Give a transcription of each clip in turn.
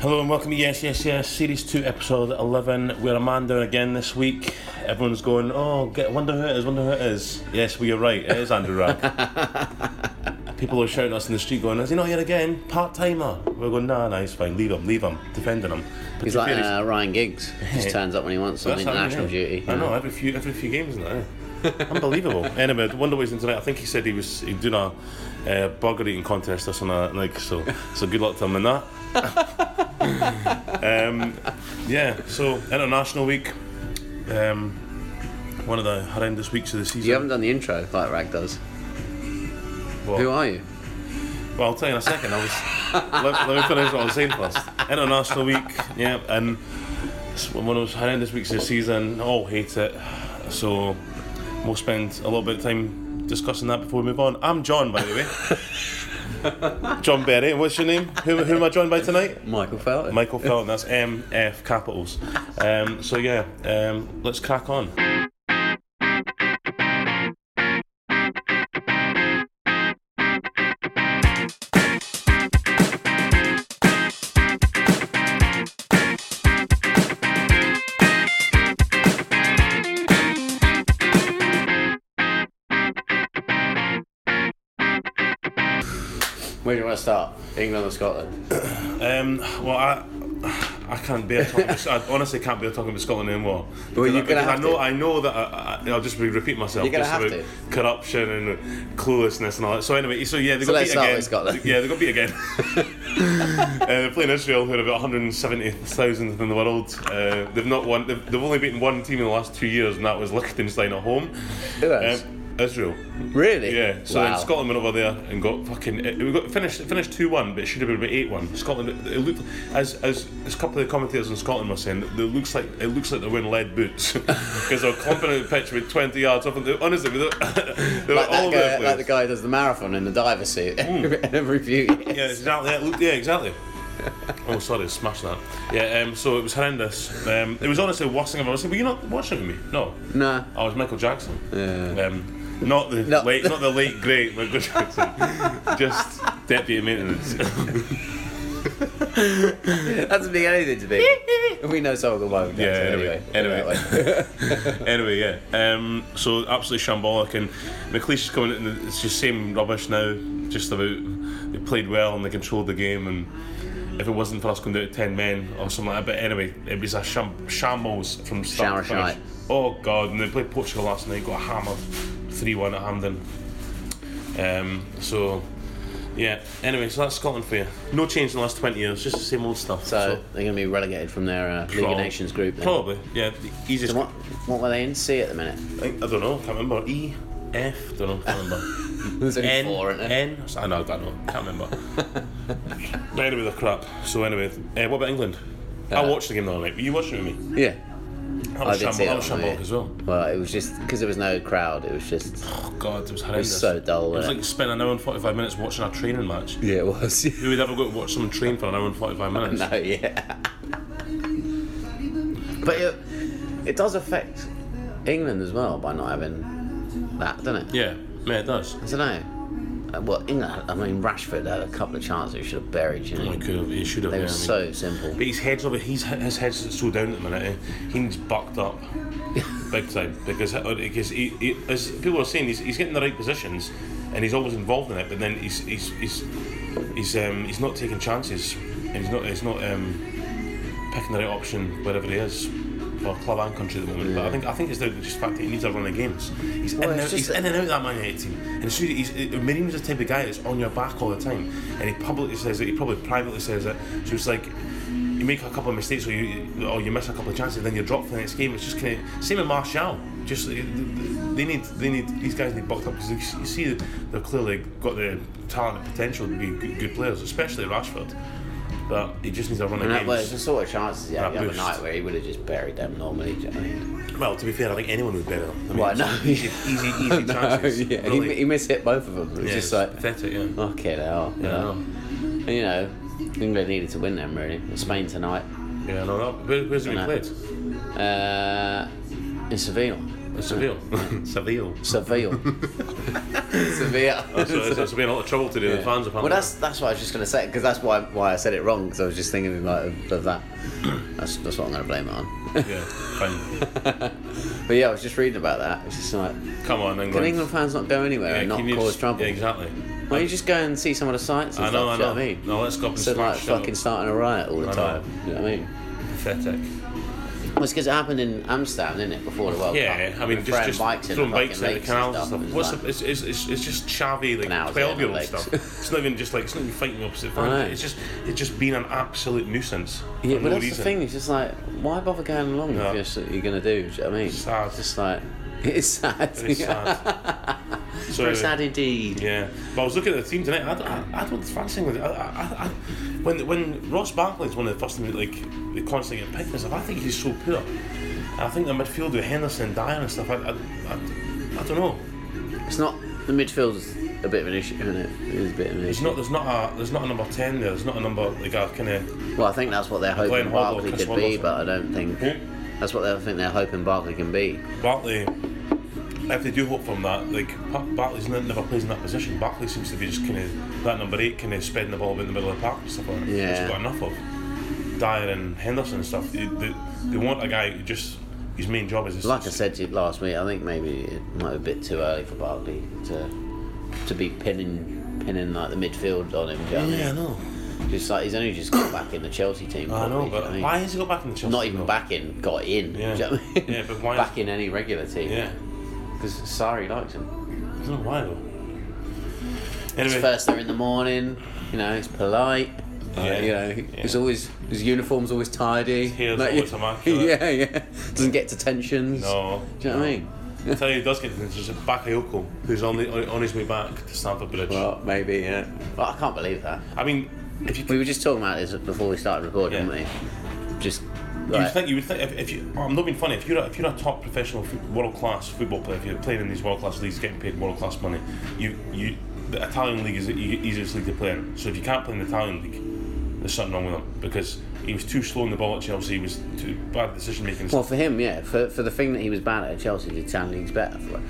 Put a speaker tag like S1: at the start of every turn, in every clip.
S1: Hello and welcome to Yes Yes Yes Series 2 Episode 11. We're Amanda again this week. Everyone's going, oh, get, wonder who it is, wonder who it is. Yes, we are right, it is Andrew Rack. People are shouting at us in the street going, is he not here again? Part-timer. We're going, nah, nah, he's fine, leave him, leave him, defending him. But
S2: He's
S1: to
S2: like
S1: be fair,
S2: uh, Ryan Giggs. Just
S1: Yeah.
S2: turns up when he wants on
S1: that's how it
S2: international
S1: is.
S2: duty.
S1: I
S2: yeah.
S1: know, every few, every few games now. Unbelievable. Anyway, the Wonder Boys in tonight, I think he said he was he doing a uh, burger eating contest or something like so. So good luck to him in that. um, yeah, so International Week. Um, one of the horrendous weeks of the season.
S2: You haven't done the intro like Rag does.
S1: What?
S2: Who are you?
S1: Well, I'll tell you in a second. I was let, let me finish what I was saying first. International week, yeah, and it's one of those horrendous weeks of the season. All hate it, so we'll spend a little bit of time discussing that before we move on. I'm John, by the way. John Berry. What's your name? Who, who am I joined by tonight?
S2: Michael Felton.
S1: Michael Felton. That's MF capitals. Um, so yeah, um, let's crack on.
S2: Where do you want to start? England or Scotland?
S1: Um, well, I, I can't bear talking. About, I honestly can't bear talking about Scotland anymore. Because
S2: you're
S1: I- because
S2: gonna have
S1: I know,
S2: to.
S1: I know that. I, I, I'll just re- repeat myself.
S2: You're gonna
S1: just
S2: have
S1: about
S2: to.
S1: corruption and cluelessness and all that. So anyway, so yeah, they
S2: So
S1: got
S2: let's
S1: beat
S2: start
S1: again.
S2: with Scotland.
S1: Yeah, they got beat again. uh, they're playing Israel, who are about 170,000th in the world. Uh, they've not won. They've, they've only beaten one team in the last two years, and that was Liechtenstein at home.
S2: Who else?
S1: Um, Israel.
S2: Really?
S1: Yeah, so
S2: wow.
S1: then Scotland went over there and got fucking. It, we got finished finished two one, but it should have been about eight one. Scotland. It looked as as as a couple of the commentators in Scotland were saying. It looks like it looks like they're wearing lead boots because they're clumping at the pitch with twenty yards off. And they, honestly, they were, they were
S2: Like,
S1: all over
S2: that
S1: the
S2: guy,
S1: place.
S2: like the guy who does the marathon in the diver suit
S1: Hmm.
S2: every few years.
S1: Yeah, exactly. Yeah, look- yeah exactly. oh, sorry, smash that. Yeah, um, so it was horrendous. Um, it was honestly the worst thing I've ever seen. Were you not watching with me? No.
S2: Nah.
S1: I Oh, was Michael Jackson.
S2: Yeah.
S1: Um, not the
S2: No.
S1: late, not the late great Michael Jackson. Just deputy maintenance.
S2: That doesn't mean anything to me. we know someone won't.
S1: Yeah, anyway, anyway.
S2: anyway.
S1: anyway, yeah. Um, so absolutely shambolic, and McLeish is coming in. And it's just same rubbish now. Just about they played well and they controlled the game, and if it wasn't for us going down to ten men or something like that. But anyway, it was a sham- shambles from start to
S2: Shower
S1: finish.
S2: shite.
S1: Oh god! And they played Portugal last night. Got hammered, three one at Hampden. Um, so. Yeah, anyway, so that's Scotland for you. No change in the last 20 years, just the same old stuff.
S2: so they're going to be relegated from their uh, League of
S1: Prob-
S2: Nations group. Then.
S1: Probably, yeah. The easiest.
S2: What, what were they in? C at the minute.
S1: I, think, I don't know. Can't remember. E, F. Don't know. Can't remember.
S2: There's only
S1: N,
S2: four, aren't there?
S1: N. I know. I don't know. Can't remember. But anyway, the crap. So anyway, uh, what about England? I
S2: Uh,
S1: watched the game the other night. Were you watching with me?
S2: Yeah.
S1: I was
S2: did
S1: shambolic,
S2: see it
S1: I was
S2: on the-
S1: shambolic as well.
S2: Well, it was just because there was no crowd. It was just
S1: Oh God, it was horrendous.
S2: so
S1: It
S2: dull,
S1: was
S2: wasn't it?
S1: like spending an hour and forty-five minutes watching a training match.
S2: yeah, it was.
S1: Who would ever go to watch someone train for an hour and forty-five minutes?
S2: no, yeah. but it, it does affect England as well by not having that, doesn't it?
S1: Yeah, yeah, it does.
S2: I don't know. Uh, Well, England. I mean, Rashford had a couple of chances he should have buried. You know,
S1: It could have. It uh, should have.
S2: they
S1: Oh yeah,
S2: were
S1: I mean.
S2: so simple.
S1: But his head's over. He's his head's so down at the minute. eh? He's bucked up, big time. Because uh, because he, he, as people are saying, he's, he's getting the right positions, and he's always involved in it. But then he's he's he's he's, um, he's not taking chances, and he's not he's not um, picking the right option wherever he is. For club and country at the moment, but I think I think it's the just fact that he needs a run of games. He's in
S2: Well,
S1: and
S2: it's
S1: out, he's
S2: just
S1: in and out of that Man United team. And as soon as he's, uh, Mourinho's the type of guy that's on your back all the time, and he publicly says it. He probably privately says it. So it's like you make a couple of mistakes, or you or you miss a couple of chances, then you drop for the next game. It's just kind of same with Martial. Just uh, th- th- they need they need these guys need bucked up because you see they've clearly got the talent and potential to be good, good players, especially Rashford. But he just needs a run of
S2: And that was
S1: games.
S2: the sort of chances he
S1: That
S2: had the other
S1: boost.
S2: night where he would have just buried them normally. do you know what I mean?
S1: Well, to be fair, I think anyone would better. I mean,
S2: Well,
S1: it's
S2: no.
S1: easy, easy, easy chances.
S2: yeah, he-
S1: really.
S2: he, missed hit both of them. It was
S1: Yeah, it's
S2: just like
S1: pathetic. Yeah.
S2: Okay, they are. You
S1: Yeah, I
S2: know.
S1: know.
S2: And, you know, England needed to win them really. Spain tonight.
S1: Yeah, no, no. Where, where's it been
S2: No.
S1: played?
S2: Uh, in Seville.
S1: Seville. Seville.
S2: Seville. Seville.
S1: That's what it is. That's been a lot of trouble today. The fans apparently.
S2: Well, that's that's what I was just going to say because that's why why I said it wrong because I was just thinking like of, of that. That's that's what I'm going to blame it on.
S1: yeah, fine.
S2: but yeah, I was just reading about that. It's just like
S1: Come on, England.
S2: can England fans not go anywhere
S1: Yeah,
S2: and not
S1: can you
S2: cause
S1: just-
S2: trouble?
S1: Yeah, exactly.
S2: Why don't you just go and see some of the sights and
S1: I know, I
S2: stuff? do
S1: know.
S2: you know what I mean?
S1: No, let's go up and
S2: Instead of like
S1: smash shut up.
S2: fucking starting a riot all the
S1: I know.
S2: time. Do you know what I mean?
S1: Pathetic.
S2: Well, it's because it happened in Amsterdam, didn't it, before the World
S1: Yeah,
S2: Cup?
S1: I mean,
S2: With
S1: just,
S2: Oh, throwing
S1: just
S2: bikes in
S1: throwing
S2: the fucking
S1: bikes in the
S2: lakes
S1: canals and
S2: and
S1: stuff.
S2: It was
S1: What's
S2: like-
S1: the, it's, it's, it's, it's just chavvy, like
S2: Canals, yeah,
S1: 12 year old
S2: not
S1: stuff.
S2: lakes.
S1: It's not even just like, it's not even fighting the opposite
S2: know.
S1: fans. It's just, it's just being an absolute nuisance. for
S2: Yeah,
S1: no
S2: but that's
S1: reason.
S2: the thing. It's just like, why bother going along
S1: No.
S2: if you're, s- you're gonna do? Do you know what I mean?
S1: Sad.
S2: It's just like it's sad.
S1: It's sad. so,
S2: Very sad indeed.
S1: Yeah, but I was looking at the team tonight. I, I, I don't fancy England. I, I, I, when when Ross Barkley's one of the first things that, like they constantly get picked and stuff. I think he's so poor. And I think the midfield with Henderson, and Dyer and stuff. I, I, I, I don't know.
S2: It's not the midfield's a bit of an issue, isn't it? It is a bit of an
S1: There's
S2: issue.
S1: not there's not a there's not a number ten there. There's not a number like a kind of
S2: Well, I think that's what they're
S1: Glenn Hoddle,
S2: hoping Barkley
S1: Chris
S2: could be,
S1: Waddle.
S2: but I don't think that's what they think they're hoping Barkley can be.
S1: Bartley. If they do hope from that, like Bar- Bartley's n- never plays in that position. Bartley seems to be just kind of that number eight, kind of spreading the ball about in the middle of the park and stuff like that. which
S2: Yeah.
S1: he's got enough of. Dyer and Henderson and stuff. They, they, they want a guy who just his main job is just
S2: Like I said to you last week, I think maybe it might be a bit too early for Barkley to to be pinning pinning like the midfield on him. Do you know what I
S1: Yeah, I
S2: mean?
S1: know.
S2: Just like he's only just got back in the Chelsea team.
S1: I know,
S2: probably, do you
S1: but
S2: what mean?
S1: why has he got back in the Chelsea?
S2: not even
S1: though?
S2: back in, got in. do you
S1: Yeah.
S2: know what I mean?
S1: Yeah, but why-
S2: back in any regular team?
S1: Yeah,
S2: because Sari likes him.
S1: I don't know why though.
S2: It's
S1: Anyway,
S2: first there in the morning. You know, he's polite. uh,
S1: Yeah,
S2: you know, he-
S1: yeah.
S2: he's always his uniform's always tidy.
S1: hair's
S2: Like,
S1: always
S2: yeah,
S1: immaculate.
S2: Yeah, yeah. Doesn't get to tensions.
S1: no,
S2: Do you know what I mean?
S1: I tell you, who does get to this is Bakayoko, who's on the on his way back to Stamford Bridge.
S2: Well, maybe. Yeah. Well, I can't believe that.
S1: I mean, if you
S2: We were just talking about this before we started recording,
S1: Yeah.
S2: weren't we? Just
S1: You
S2: like,
S1: would think you would think if, if you oh, I'm not being funny if you're a, if you're a top professional world class football player if you're playing in these world class leagues getting paid world class money you you the Italian league is the e- easiest league to play in so if you can't play in the Italian league there's something wrong with him because he was too slow in the ball at Chelsea he was too bad decision making
S2: Well, for him, yeah. For, for the thing that he was bad at at Chelsea, the Italian league's better for it.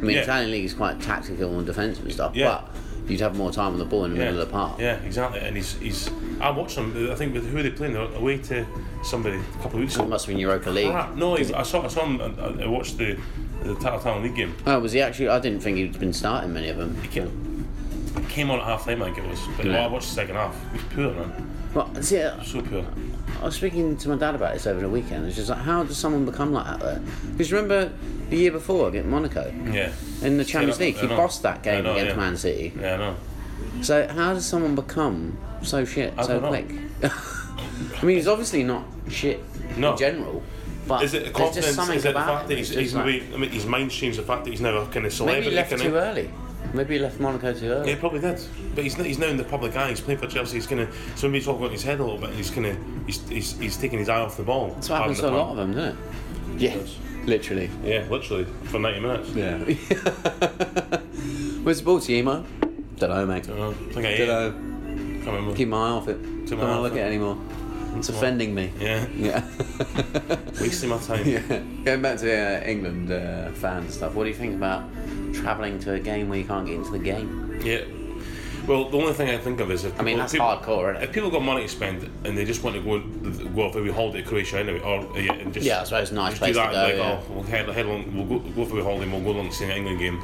S2: I mean,
S1: Yeah.
S2: Italian league is quite tactical and defensive and stuff,
S1: Yeah.
S2: but you'd have more time on the ball in the
S1: yeah,
S2: middle of the park.
S1: yeah exactly and he's he's I watched him I think with who are they playing they're away to somebody a couple of weeks
S2: It
S1: ago
S2: must have been Europa League.
S1: crap no he's, I saw I saw him uh, I, I watched the the Italian league game
S2: Oh, was he actually? I didn't think he'd been starting many of them.
S1: He came, came on at half time, I think it was. But
S2: Yeah.
S1: I watched the second half. It was poor, man.
S2: Well, see, I
S1: So poor.
S2: was speaking to my dad about this over the weekend. It's just like, how does someone become like that? There? Because remember the year before against Monaco
S1: Yeah.
S2: in the Champions
S1: Mm. Yeah, I
S2: League, he
S1: know.
S2: bossed that
S1: I
S2: game
S1: know,
S2: against
S1: yeah.
S2: Man City.
S1: Yeah, I know.
S2: So how does someone become so shit
S1: I
S2: so
S1: don't know.
S2: quick? I mean, he's obviously not shit
S1: No.
S2: in general, but
S1: Is it the
S2: there's
S1: confidence?
S2: just something
S1: Is it the
S2: about
S1: fact
S2: him
S1: that
S2: that's
S1: he's,
S2: just
S1: he's
S2: like-
S1: maybe, I mean, he's mind changed the fact that he's now a kind of
S2: maybe
S1: celebrity?
S2: he left
S1: can
S2: too early. Maybe he left Monaco too early.
S1: Yeah, he probably did. But he's, n- he's now in the public eye. He's playing for Chelsea. He's gonna. So maybe he's all got his head a little bit. And he's gonna. He's, he's, he's taking his eye off the ball.
S2: That's what happens to a lot of them, doesn't it? Yeah,
S1: does.
S2: literally.
S1: Yeah, literally for ninety minutes.
S2: Yeah. Where's the ball, Timo? Don't know, mate.
S1: I don't know. I think I ate. it.
S2: Don't know.
S1: Can't remember.
S2: Keep my eye off it. Don't
S1: my eye
S2: want to
S1: off
S2: look
S1: it.
S2: at it anymore. It's offending me.
S1: Yeah,
S2: Yeah.
S1: wasting my time.
S2: Yeah. Going back to uh, England uh, fan stuff, what do you think about travelling to a game where you can't get into the game?
S1: Yeah. Well, the only thing I think of is if
S2: I mean,
S1: people-
S2: that's
S1: people-
S2: hardcore, isn't
S1: If
S2: it?
S1: people got money to spend and they just want to go go off every holiday to Croatia anyway, or uh, yeah, and just
S2: Yeah, I suppose it's a nice
S1: do
S2: place to
S1: that,
S2: go.
S1: like
S2: yeah.
S1: oh, we'll head, head along, we'll go, go for a holiday, and we'll go along to see an England game,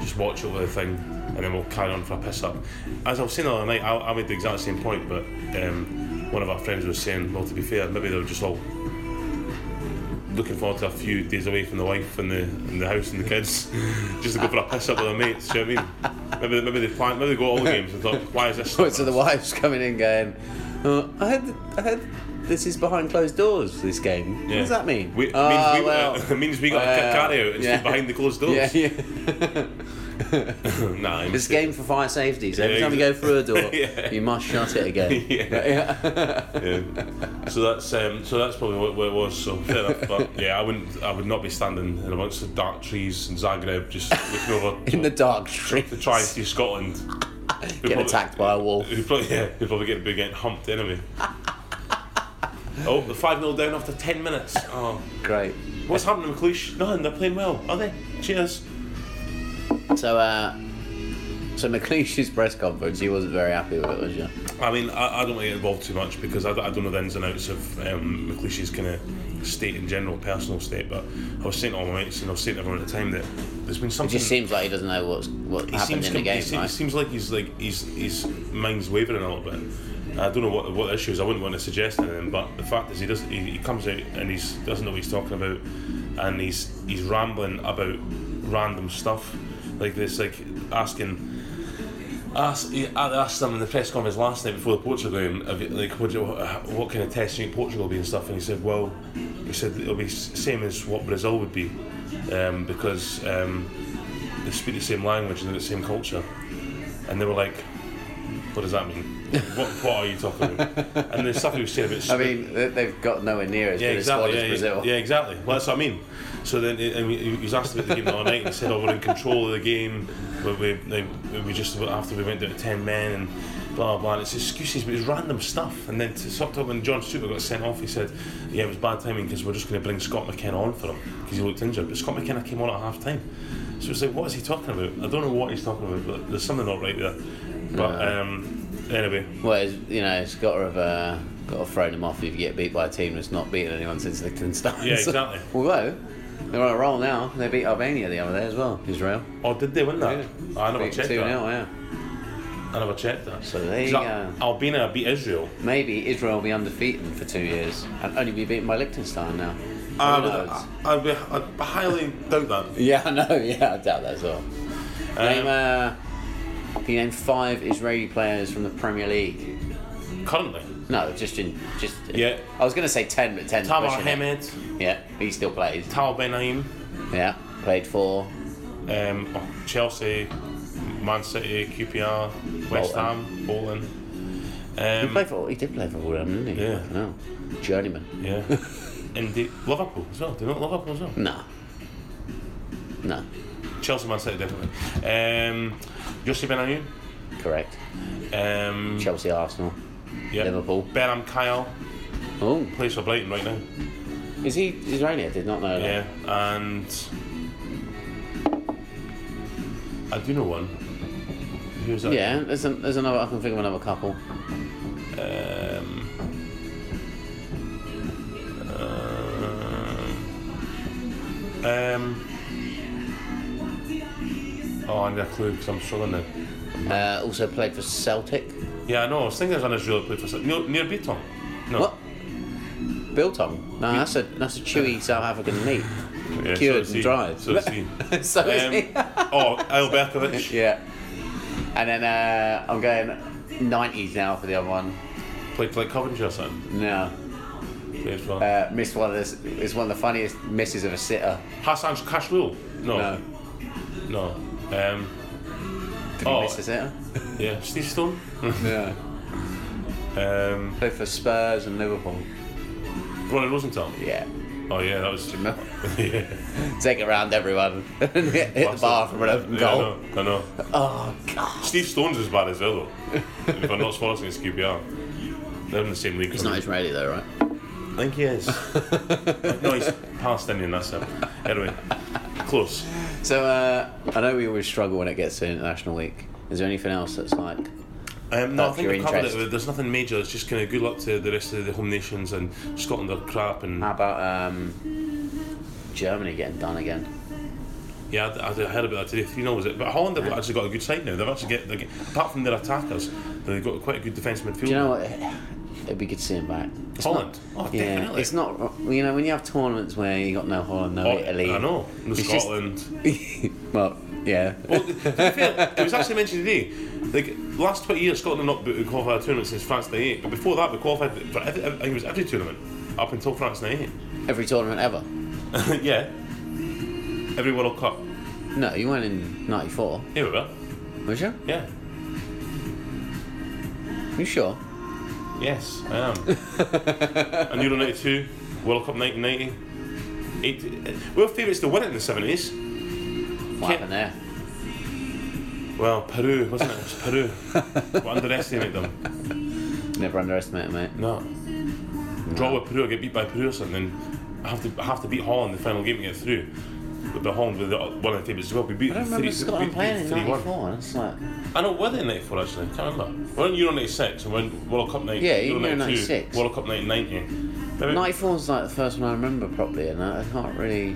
S1: just watch it with a thing, and then we'll carry on for a piss up. As I was saying the other night, I, I made the exact same point, but um, one of our friends was saying, well, to be fair, maybe they were just all looking forward to a few days away from the wife and the and the house and the kids, just to go for a piss up with their mates. Do you know what I mean? Maybe maybe they plan, maybe they go to all the games and thought, why is this?
S2: Oh, so the wife's coming in going, oh, I heard, I heard this is behind closed doors, this game. What does that mean?
S1: We,
S2: "Oh,
S1: means we,
S2: well,
S1: it means we got a
S2: well,
S1: carry out and
S2: yeah.
S1: stood behind the closed doors.
S2: Yeah, yeah.
S1: nah, I'm
S2: It's a game for fire safety, so every
S1: Yeah,
S2: time you go
S1: exa-
S2: through a door,
S1: Yeah.
S2: you must shut it again.
S1: Yeah. yeah. So that's um, so that's probably what, what it was. So fair enough. But yeah, I wouldn't. I would not be standing in amongst the dark trees in Zagreb, just looking over
S2: In the dark street.
S1: to try and see Scotland. Who
S2: Get
S1: probably-
S2: attacked by a wolf.
S1: Who probably yeah, who probably get big getting humped anyway. oh, the five 0 down after ten minutes. Oh,
S2: Great.
S1: What's happening to McLeish? Nothing. They're playing well, are they? Cheers.
S2: So, uh, so McLeish's press conference, he wasn't very happy with it, was you?
S1: I mean, I, I don't want to get involved too much because I, I don't know the ins and outs of um, McLeish's kind of state in general, personal state. But I was saying to all my mates, and I was saying to everyone at the time that there's been
S2: It
S1: something.
S2: just seems like he doesn't know what's what
S1: he
S2: happened
S1: seems,
S2: in
S1: com-
S2: the game,
S1: he se-
S2: right?
S1: seems like he's like he's his mind's wavering a little bit. I don't know what what the issue is. I wouldn't want to suggest anything, but the fact is he doesn't. He, he comes out and he doesn't know what he's talking about, and he's he's rambling about random stuff like this, like asking. Asked, he- I asked them in the press conference last night before the Portugal game, of it, like, what, do you- what kind of test do you think Portugal will be and stuff, and he said, well, he said it'll be s- same as what Brazil would be, um, because um, they speak the same language and they're the same culture. And they were like, what does that mean? what, what are you talking about? and the stuff he was saying about
S2: I mean, they- they've got nowhere near as
S1: yeah,
S2: good
S1: exactly.
S2: a squad
S1: yeah,
S2: as
S1: yeah,
S2: Brazil.
S1: Yeah, exactly. Well, that's what I mean. So then he- and he he was asked about the game the other night and he said, "Oh, we're in control of the game. We we, they- we just after we went down to ten men and blah blah." blah. And it's excuses, but it's random stuff. And then to sort of when John Stewart got sent off, he said, "Yeah, it was bad timing because we're just going to bring Scott McKenna on for him because he looked injured." But Scott McKenna came on at half time, so it's like, what is he talking about? I don't know what he's talking about, but there's something not right there. But um, anyway,
S2: Well, it's, you know, it's got to have uh, got to thrown them off if you get beat by a team that's not beaten anyone since the Clintons started.
S1: Yeah, exactly.
S2: Although they're on a roll now, they beat Albania the other day as well. Israel.
S1: oh, did they win that? I never
S2: Beat
S1: checked
S2: 2-0,
S1: that.
S2: yeah.
S1: I never checked that.
S2: So there you
S1: Is that
S2: go.
S1: Albania beat Israel.
S2: Maybe Israel will be undefeaten for two years and only be beaten by Liechtenstein now.
S1: I
S2: Who
S1: would,
S2: knows?
S1: I, Uh, I, would, I highly doubt that.
S2: Yeah, I know. Yeah, I doubt that as well.
S1: Um,
S2: name, uh, can you name five Israeli players from the Premier League?
S1: Currently,
S2: No, just in just.
S1: Yeah.
S2: I was going to say ten, but ten.
S1: Tamar Hamed,
S2: Yeah, he still plays.
S1: Tal Ben Aim,
S2: Yeah, played for
S1: um, oh, Chelsea, Man City, QPR, West
S2: Bolton.
S1: Ham, Bolton.
S2: He
S1: Um,
S2: played for. He did play for Wolverhampton, didn't he?
S1: Yeah.
S2: No. Journeyman.
S1: yeah. Indeed. Liverpool as well. Do you not Liverpool as well?
S2: No. No.
S1: Chelsea, Man City, definitely. Um, Yossi Ben
S2: Correct.
S1: Ayoun. Um,
S2: Chelsea, Arsenal.
S1: yeah.
S2: Liverpool.
S1: Benham Kyle
S2: Oh,
S1: plays for Brighton right now.
S2: is he Israeli? I did not know that.
S1: Yeah, and I do know one. Who's that?
S2: Yeah. There's, a, there's another. I can think of another couple.
S1: Um, um, uh, um, oh, I need a clue because I'm struggling now.
S2: Uh, also played for Celtic.
S1: Yeah, I know. I was thinking there's an Israeli play for some- near, near Beaton. No.
S2: What? Biltong. No, that's a that's a chewy South African meat.
S1: Yeah,
S2: Cured
S1: so
S2: and dried.
S1: So it's he.
S2: so is he.
S1: Um, oh, Alberkovic.
S2: Yeah. And then uh, I'm going nineties now for the other one.
S1: Played for like Coventry or something.
S2: No.
S1: Plays for-
S2: Uh, missed one of this is one of the funniest misses of a sitter.
S1: Hassan Kashlul.
S2: No.
S1: No. Um,
S2: Did
S1: Oh.
S2: he miss a sitter?
S1: yeah, Steve Stone.
S2: yeah.
S1: um,
S2: Played for Spurs and Liverpool.
S1: Ronnie Rosenthal.
S2: Yeah.
S1: Oh yeah, that was.
S2: No.
S1: yeah.
S2: Take it round everyone. Hit the bar from an open
S1: Yeah,
S2: goal.
S1: I know. I know.
S2: Oh god.
S1: Steve Stone's as bad as though. if I'm not sporting against QPR, they're in the same league.
S2: He's not Israeli though, right?
S1: I think he is. no, he's Palestinian. That's him. Anyway, close.
S2: So uh, I know we always struggle when it gets to international week. Is there anything else that's like
S1: Um, no, I
S2: That's
S1: think
S2: your
S1: we covered
S2: interest.
S1: it. There's nothing major. It's just kind of good luck to the rest of the home nations and Scotland are crap and
S2: How about um, Germany getting done again?
S1: Yeah, I, I heard about that today. Three 0 was it? But Holland have actually got a good side now. They've actually get, they get apart from their attackers, they've got quite a good defence midfield.
S2: Do you know what? It'd be good to see him back. It's
S1: Holland.
S2: Not,
S1: oh,
S2: yeah,
S1: definitely.
S2: it's not. You know, when you have tournaments where you got no Holland, no
S1: Oh,
S2: Italy.
S1: I know. No
S2: It's just-
S1: Scotland.
S2: well, yeah.
S1: well, to be fair, it was actually mentioned today. Like last twenty years, Scotland have not been- qualified a tournament since France '98. But before that, we qualified for every, I think it was every tournament up until France '98.
S2: Every tournament ever.
S1: yeah, every World Cup.
S2: No, you weren't in '94,
S1: Here we were.
S2: was you?
S1: Yeah.
S2: You sure?
S1: Yes, I am. and Euro 92, World Cup 1990. Eight, we were favourites to win it in the 70s.
S2: What
S1: Can't-
S2: happened there?
S1: Well, Peru, wasn't it? It was Peru. we underestimated them.
S2: Never underestimate, it, mate.
S1: No. Draw with Peru, get beat by Peru or something. I have to I have to beat Holland in the final game to get through. But, but Holland were the, one of the tables as well. We beat
S2: I don't
S1: them
S2: remember
S1: three, we
S2: Scotland
S1: beat
S2: playing
S1: them
S2: in
S1: 3-1.
S2: '94. That's like,
S1: I know we're in 94 actually, I can't remember. We're in Euro 96 and we're in World Cup 90,
S2: Yeah,
S1: Euro
S2: Euro
S1: 92,
S2: 96.
S1: World Cup 1990. Maybe-
S2: '94 is like the first one I remember properly, and I I can't really,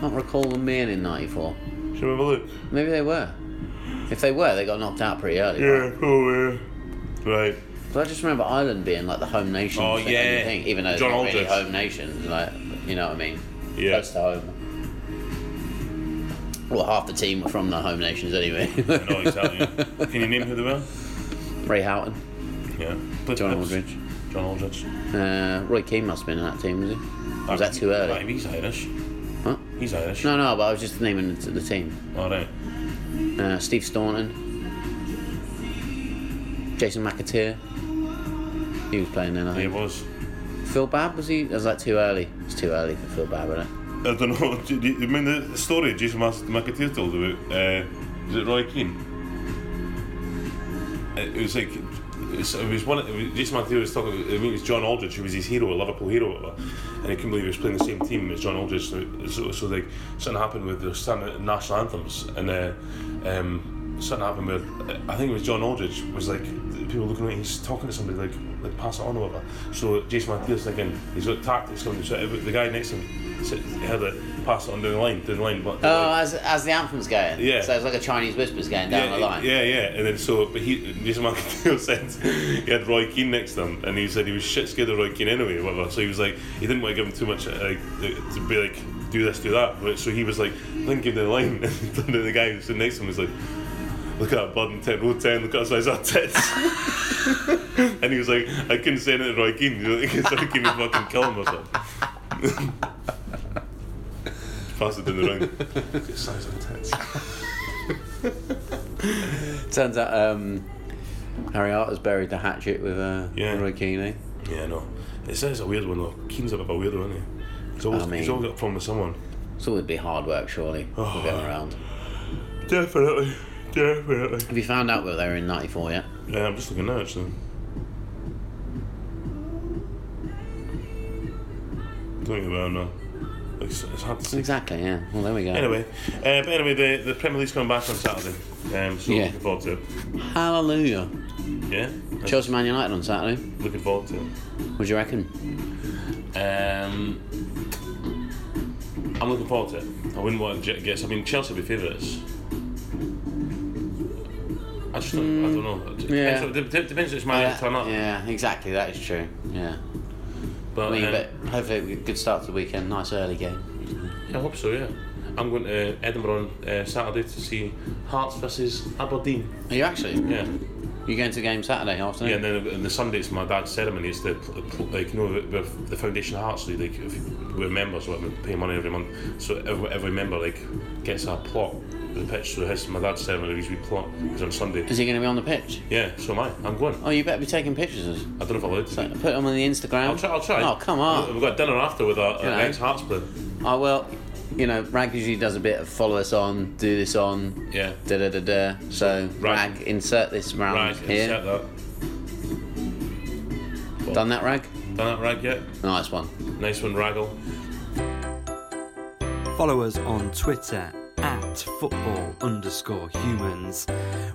S2: can't recall them being in '94.
S1: Should we have a look?
S2: Maybe they were. If they were, they got knocked out pretty early.
S1: Yeah, oh yeah. Right.
S2: But I just remember Ireland being like the home nation.
S1: Oh,
S2: for
S1: yeah.
S2: anything, even though it's
S1: John
S2: not really
S1: Aldridge.
S2: home nation, like you know what I mean.
S1: Yeah.
S2: Close to home. Well, half the team were from the home nations anyway.
S1: No, exactly. Can you name who they were?
S2: Ray Houghton,
S1: Yeah. Blitz
S2: John
S1: Blitz.
S2: Aldridge,
S1: John Aldridge.
S2: uh, Roy Keane must have been in that team, was he? Or Was that too
S1: Right,
S2: early?
S1: he's Irish.
S2: What?
S1: He's Irish.
S2: No, no. But I was just naming the the team.
S1: All right.
S2: Uh, Steve Staunton, Jason McAteer. He was playing then, I
S1: It
S2: think.
S1: was.
S2: Phil Babb was he? Was that too early? It's too early for Phil Babb, isn't it?
S1: I don't know. Do you, I mean, the story Jason Mas- McAteer told about uh, was it Roy Keane? It was like it was, it was one. It was, Jason McAteer was talking. I mean, it was John Aldridge who was his hero, a Liverpool hero, whatever, and I couldn't believe he was playing the same team as John Aldridge. So, so, so like something happened with the standard national anthems, and uh, um, something happened with I think it was John Aldridge was like people looking at him, he's talking to somebody like like pass it on or whatever. So Jason McAteer's thinking he's got tactics coming. So every- the guy next to him said- heard it pass it on down the line, down the line, but.
S2: Oh, as, as the anthem's going.
S1: Yeah.
S2: So it's like a Chinese whispers going down
S1: yeah,
S2: the line.
S1: Yeah, yeah. And then so, but he, Jason McAdoo said he had Roy Keane next to him, and he said he was shit scared of Roy Keane anyway, or whatever. So he was like, he didn't want to give him too much, uh, like, to be like, do this, do that. But so he was like, then give him the line, and then the guy who stood next to him was like, look at that bud in 10, row 10, look at the size of that tits. and he was like, I couldn't say anything to Roy Keane, because Roy Keane would fucking kill him or something. Pass it in the ring. Look at size of tits.
S2: Turns out um, Harry Arter's buried the hatchet with uh,
S1: Yeah.
S2: Roy Keane. eh?
S1: Yeah, I know. It says a weird one though. Keane's a bit of a weirdo, isn't he? He's always,
S2: I mean-
S1: he's always got a problem with someone.
S2: It's always be hard work, surely,
S1: Oh.
S2: for going around.
S1: Definitely, definitely.
S2: Have you found out whether they were in 94 yet?
S1: Yeah, I'm just looking now actually. Don't think about it now. It's, it's hard to see.
S2: Exactly, yeah. Well, there we go.
S1: Anyway, uh, but anyway, the, the Premier League's coming back on Saturday. Um, so
S2: Yeah.
S1: looking forward to it.
S2: Hallelujah.
S1: Yeah, I'm
S2: Chelsea Man United on Saturday.
S1: looking forward to it.
S2: What do you reckon?
S1: Um, I'm looking forward to it. I wouldn't want to guess. I mean, Chelsea would be favourites. I just don't, I don't know. It depends,
S2: Yeah.
S1: it dep- depends if it's my
S2: Yeah,
S1: turn up.
S2: yeah, exactly, that is true. Yeah.
S1: But,
S2: I mean,
S1: um,
S2: but hopefully, we- good start to the weekend, nice early game.
S1: I hope so, yeah. I'm going to Edinburgh on uh, Saturday to see Hearts versus Aberdeen.
S2: Are you actually?
S1: Yeah.
S2: You going to the game Saturday afternoon?
S1: Yeah, and then on the Sunday it's my dad's ceremony. It's the pl- pl- like you know the, the foundation hearts. League, Like if we're members, like we pay money every month. So every, every member like gets a plot the pitch. So his my dad's ceremony is we plot is on Sunday.
S2: Is he going to be on the pitch?
S1: Yeah, so am I. I'm going.
S2: Oh, you better be taking pictures.
S1: I don't know if I'm allowed to.
S2: Put them on the Instagram.
S1: I'll try. I'll try.
S2: Oh, come on.
S1: We've got dinner after with our,
S2: know.
S1: our ex Hearts player.
S2: Oh, well, you know, Rag usually does a bit of follow us on, do this on,
S1: Yeah.
S2: da da da da. So,
S1: Rag.
S2: Rag, insert this round
S1: Rag,
S2: here.
S1: set that.
S2: Done that, Rag?
S1: Done that rag yet?
S2: Nice one.
S1: Nice one, Raggle.
S3: Follow us on Twitter at football underscore humans.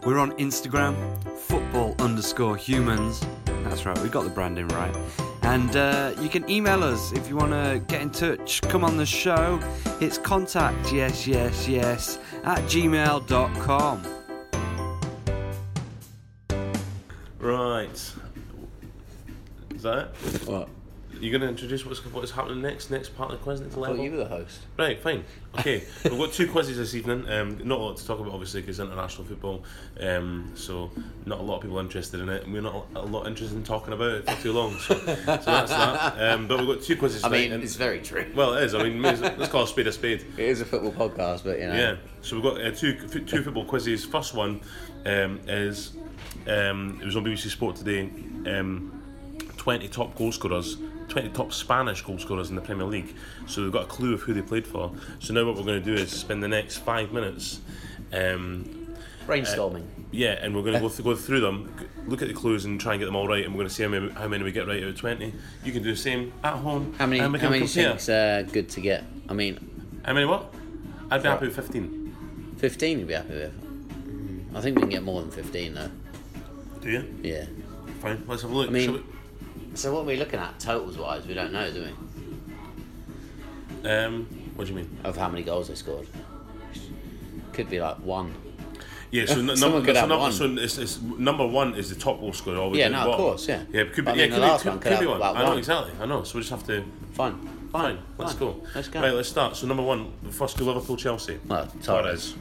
S3: We're on Instagram, football underscore humans. That's right, we got the branding right. And uh, you can email us if you want to get in touch, come on the show. It's contact, yes, yes, yes, at gmail.com.
S1: Right. Is that it?
S2: What?
S1: You're going to introduce what's what's happening next? Next part of the question? Next
S2: Oh,
S1: level?
S2: you were the host.
S1: Right, fine. Okay, we've got two quizzes this evening. Um, not a lot to talk about, obviously, because international football. Um, so not a lot of people interested in it, and we're not a lot interested in talking about it for too long. So, so that's that. Um, but we've got two quizzes.
S2: I
S1: tonight,
S2: mean,
S1: and-
S2: it's very true.
S1: well, it is. I mean, let's call a spade a spade.
S2: It is a football podcast, but, you know.
S1: Yeah. So we've got uh, two f- two football quizzes. First one um, is um, it was on BBC Sport today. Um, Twenty top goal scorers, twenty top Spanish goal scorers in the Premier League. So we've got a clue of who they played for. So now what we're going to do is spend the next five minutes. Um,
S2: Brainstorming.
S1: Yeah, and we're going to go, th- go through them, g- look at the clues and try and get them all right, and we're going to see how many, how many we get right out of 20. You can do the same at home.
S2: how many? How
S1: and we can
S2: many
S1: compare.
S2: things are good to get? I mean,
S1: How many what? I'd be happy with 15.
S2: fifteen you'd be happy with. I think we can get more than fifteen though.
S1: Do you?
S2: Yeah.
S1: Fine, let's have a look.
S2: I mean-
S1: Shall
S2: So what we're looking at totals wise, we don't know, do we?
S1: we, um, what do you mean?
S2: Of how many goals they scored. Could be like one.
S1: Yeah, so, n- number,
S2: Someone could
S1: so,
S2: have
S1: number,
S2: one.
S1: so it's, it's, number one is the top goal scorer. Always
S2: Yeah,
S1: at the
S2: no, of
S1: bottom.
S2: course, yeah.
S1: Yeah, it could be,
S2: But I
S1: yeah,
S2: mean,
S1: could
S2: the
S1: be-
S2: last
S1: could,
S2: one could
S1: could be
S2: have
S1: one.
S2: about
S1: I know,
S2: one.
S1: exactly. I know, so we just have to.
S2: Fine.
S1: Fine, let's
S2: Fine.
S1: go.
S2: Let's go.
S1: Right, let's start. So, number one, the first goal Liverpool Chelsea.
S2: Well, Torres.
S1: Torres.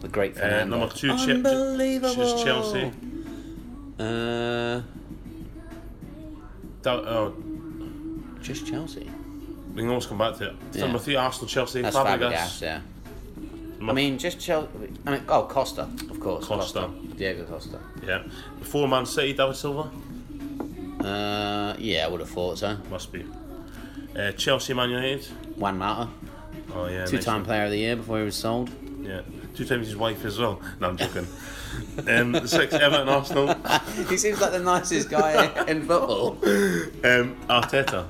S2: The great
S1: Uh,
S2: Fernando.
S1: number two, Che-
S2: Unbelievable.
S1: Che- Chelsea.
S2: Uh,
S1: That, uh,
S2: just Chelsea.
S1: we can always come back to it.
S2: Yeah.
S1: Number three, Arsenal, Chelsea,
S2: That's
S1: Fabregas.
S2: Fabregas. yeah. I mean, just Chelsea. I mean, oh, Costa, of course.
S1: Costa.
S2: Diego Costa.
S1: Yeah. Four, Man City, David Silva.
S2: Uh, yeah, I would have thought so.
S1: Must be. Uh, Chelsea, Man United.
S2: Juan Mata,
S1: Oh, yeah. nice.
S2: two-time player of the year before he was sold.
S1: Yeah. Two times his wife as well. No, I'm joking. um, six, Everton, Arsenal.
S2: he seems like the nicest guy in football.
S1: Um, Arteta.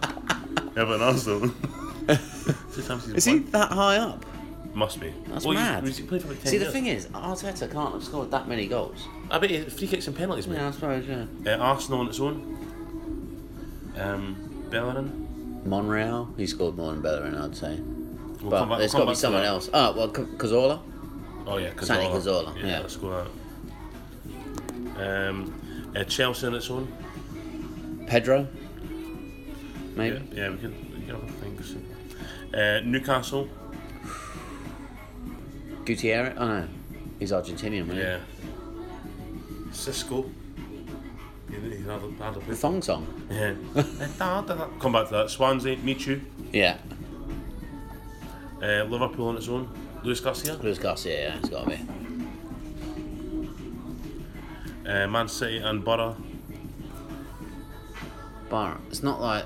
S1: Everton, Arsenal. Two times his
S2: Is he
S1: wife.
S2: that high up?
S1: Must be.
S2: That's
S1: well,
S2: mad.
S1: He's, he's played for about 10
S2: See, the
S1: years.
S2: thing is, Arteta can't have scored that many goals.
S1: I bet he free kicks and penalties, mate.
S2: Yeah, I suppose. Yeah.
S1: Uh, Arsenal on its own. Um, Bellerin.
S2: Monreal, he scored more than Bellerin, I'd say.
S1: We'll
S2: But
S1: come back-
S2: there's
S1: come
S2: got to be
S1: back to
S2: someone
S1: that.
S2: else. Oh, well, C- Cazorla.
S1: Oh yeah, Cazorla.
S2: Santi Cazorla, yeah.
S1: let's go with that. Um, uh, Chelsea on its own.
S2: Pedro.
S1: Yeah,
S2: Maybe.
S1: yeah we can. We can have a think. Uh, Newcastle.
S2: Gutierrez. Oh no, he's Argentinian, wasn't
S1: Yeah. Cisco. Yeah, he's hard to- hard to
S2: he?
S1: play.
S2: Thong Song.
S1: Yeah. Come back to that. Swansea, Michu,
S2: Yeah.
S1: uh, Liverpool on its own. Luis Garcia,
S2: Luis Garcia. Yeah, it's got to be.
S1: uh, Man City and Borough.
S2: Bar. It's not like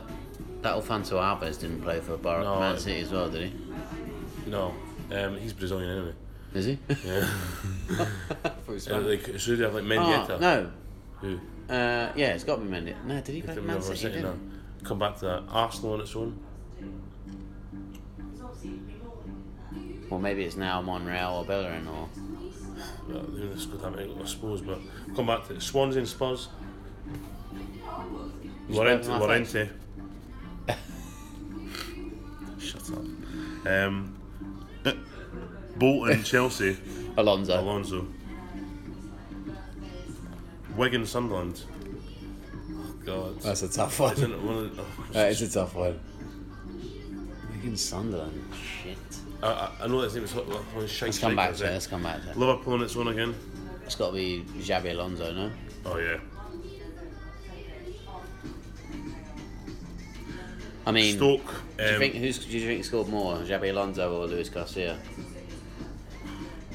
S2: that. Alfonso Alves didn't play for Bar
S1: No,
S2: Man
S1: it-
S2: City as well, did he?
S1: No, um, he's Brazilian anyway.
S2: Is he?
S1: Yeah. Uh,
S2: oh,
S1: like, should they have like Mendieta?
S2: Ah, no.
S1: Who?
S2: Uh, yeah, it's got to be Mendy. No, did he play for
S1: Them
S2: Man
S1: never
S2: City?
S1: sitting
S2: didn't
S1: there. Come back to that. Arsenal on its own.
S2: he? Well, maybe it's now Monreal or Bellerin or.
S1: Well, they didn't score that many, I suppose, but come back to Swansea and Spurs. Lorente.
S2: spoke to my face.
S1: Lorente. Shut up. Um, Bolton, Chelsea,
S2: Alonso.
S1: Alonso. Wigan, Sunderland. Oh, God.
S2: That's a tough one.
S1: Isn't it one of the- oh,
S2: That is a tough one. Wigan Sunderland. Shit.
S1: I, I- I know that's name is one of the shite
S2: Let's come back
S1: strikers,
S2: to it.
S1: eh?
S2: Let's come back to it.
S1: Liverpool on its own again.
S2: It's got to be Xabi Alonso, no?
S1: Oh, yeah.
S2: I mean,
S1: Stoke. Um,
S2: do you think who's do you think scored more, Xabi Alonso or Luis Garcia?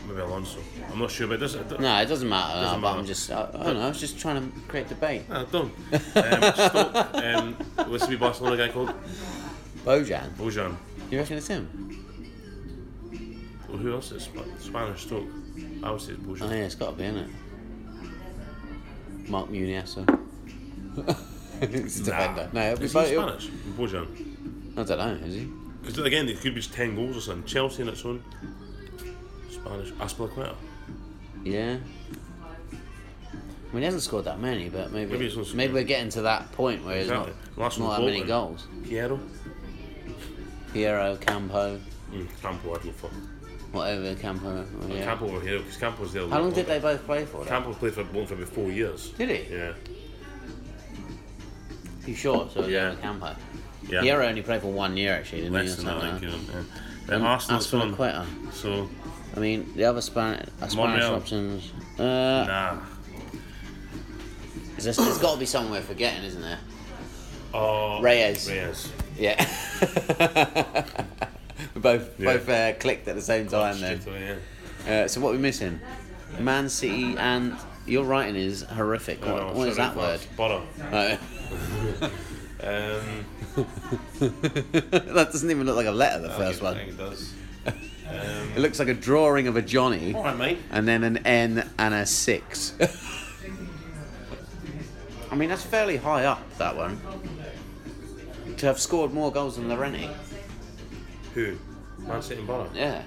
S1: Maybe Alonso. I'm not sure, but this.
S2: No, it doesn't matter.
S1: Doesn't
S2: no, but
S1: matter.
S2: I'm just I, I don't know. I was just trying to create debate.
S1: I don't. Uh, Um, Stoke. Um, what's the wee Barcelona guy called?
S2: Bojan,
S1: Bojan.
S2: you reckon it's him?
S1: Well, who else is Sp- Spanish Stoke? I would say it's
S2: Oh
S1: Bojan.
S2: yeah, it's got to be in it. Mark Muniesa. it's a defender. No, it'll be
S1: Is he
S2: both. it'll-
S1: Spanish? Bojan.
S2: I don't know. Is he?
S1: Because again, it could be just 10 goals or something. Chelsea on its own. Spanish. Aspilicueta.
S2: Yeah. I mean, he hasn't scored that many, but maybe
S1: Maybe
S2: maybe,
S1: he's not scored.
S2: we're getting to that point where he's
S1: Exactly.
S2: not,
S1: Last
S2: not
S1: one
S2: that many
S1: Bolton.
S2: goals.
S1: Piero.
S2: Piero, Campo,
S1: Mm, Campo, I'd look for.
S2: whatever Campo. Yeah.
S1: Campo over here, because Campo's there.
S2: How long did they both play for? then?
S1: Campo played for Bolton for about four years.
S2: Did he?
S1: Yeah.
S2: You sure? So
S1: Yeah.
S2: yeah, Campo.
S1: Yeah.
S2: Piero only played for one year actually, didn't
S1: Less
S2: he?
S1: than that, I think.
S2: Like
S1: you know, Yeah. Um, Arsenal, it's on.
S2: Aspilicueta.
S1: So,
S2: I mean, the other Spanish, Spanish
S1: Monreal.
S2: options. Uh,
S1: nah.
S2: there's, there's got to be somewhere for getting, isn't there?
S1: Oh,
S2: Reyes.
S1: Reyes.
S2: Yeah. we both
S1: Yeah.
S2: both uh, clicked at the same time then.
S1: Straight away, yeah.
S2: Uh, so what are we missing? Man City and your writing is horrific. What,
S1: Oh,
S2: what is
S1: sorry,
S2: that word?
S1: class. Borough.
S2: Uh,
S1: Um,
S2: that doesn't even look like a letter. The first
S1: I
S2: one.
S1: think it does.
S2: It looks like a drawing of a Johnny,
S1: All right, mate.
S2: and then an N and a six. I mean, that's fairly high up that one. To have scored more goals than Laurenti.
S1: Who? Man City and Borough.
S2: Yeah.